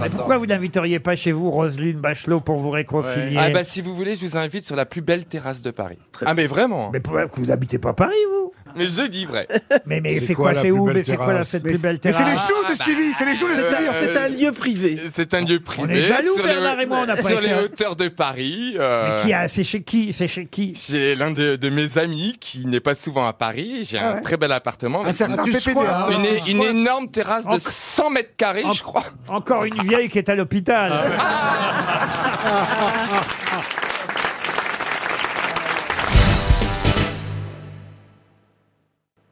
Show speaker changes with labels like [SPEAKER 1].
[SPEAKER 1] Mais pourquoi vous n'inviteriez pas chez vous Roselyne Bachelot pour vous réconcilier
[SPEAKER 2] Ah bah si vous voulez, je vous invite sur la plus belle terrasse de Paris. ah mais vraiment
[SPEAKER 1] Mais pourquoi vous habitez pas Paris, vous
[SPEAKER 2] Mais je dis vrai.
[SPEAKER 1] Mais, mais c'est quoi, c'est où Mais c'est quoi là, cette plus belle terrasse
[SPEAKER 3] les genoux de Stevie, c'est les genoux de Stevie.
[SPEAKER 4] C'est un lieu privé.
[SPEAKER 2] C'est un lieu privé.
[SPEAKER 1] Euh, est jaloux,
[SPEAKER 2] sur les-
[SPEAKER 1] Bernard et moi, on n'a pas
[SPEAKER 2] Sur
[SPEAKER 1] été-
[SPEAKER 2] les hauteurs de Paris.
[SPEAKER 1] Mais
[SPEAKER 2] euh,
[SPEAKER 1] qui a C'est chez qui C'est chez qui
[SPEAKER 2] J'ai l'un de, de mes amis qui n'est pas souvent à Paris. J'ai
[SPEAKER 1] Ah
[SPEAKER 2] un très bel appartement.
[SPEAKER 3] Un
[SPEAKER 2] avec
[SPEAKER 3] certain PPDA.
[SPEAKER 2] une, une- une énorme terrasse
[SPEAKER 1] En-
[SPEAKER 2] de 100 mètres carrés,
[SPEAKER 1] en-
[SPEAKER 2] je crois. Ah
[SPEAKER 1] Encore une vieille qui est à l'hôpital.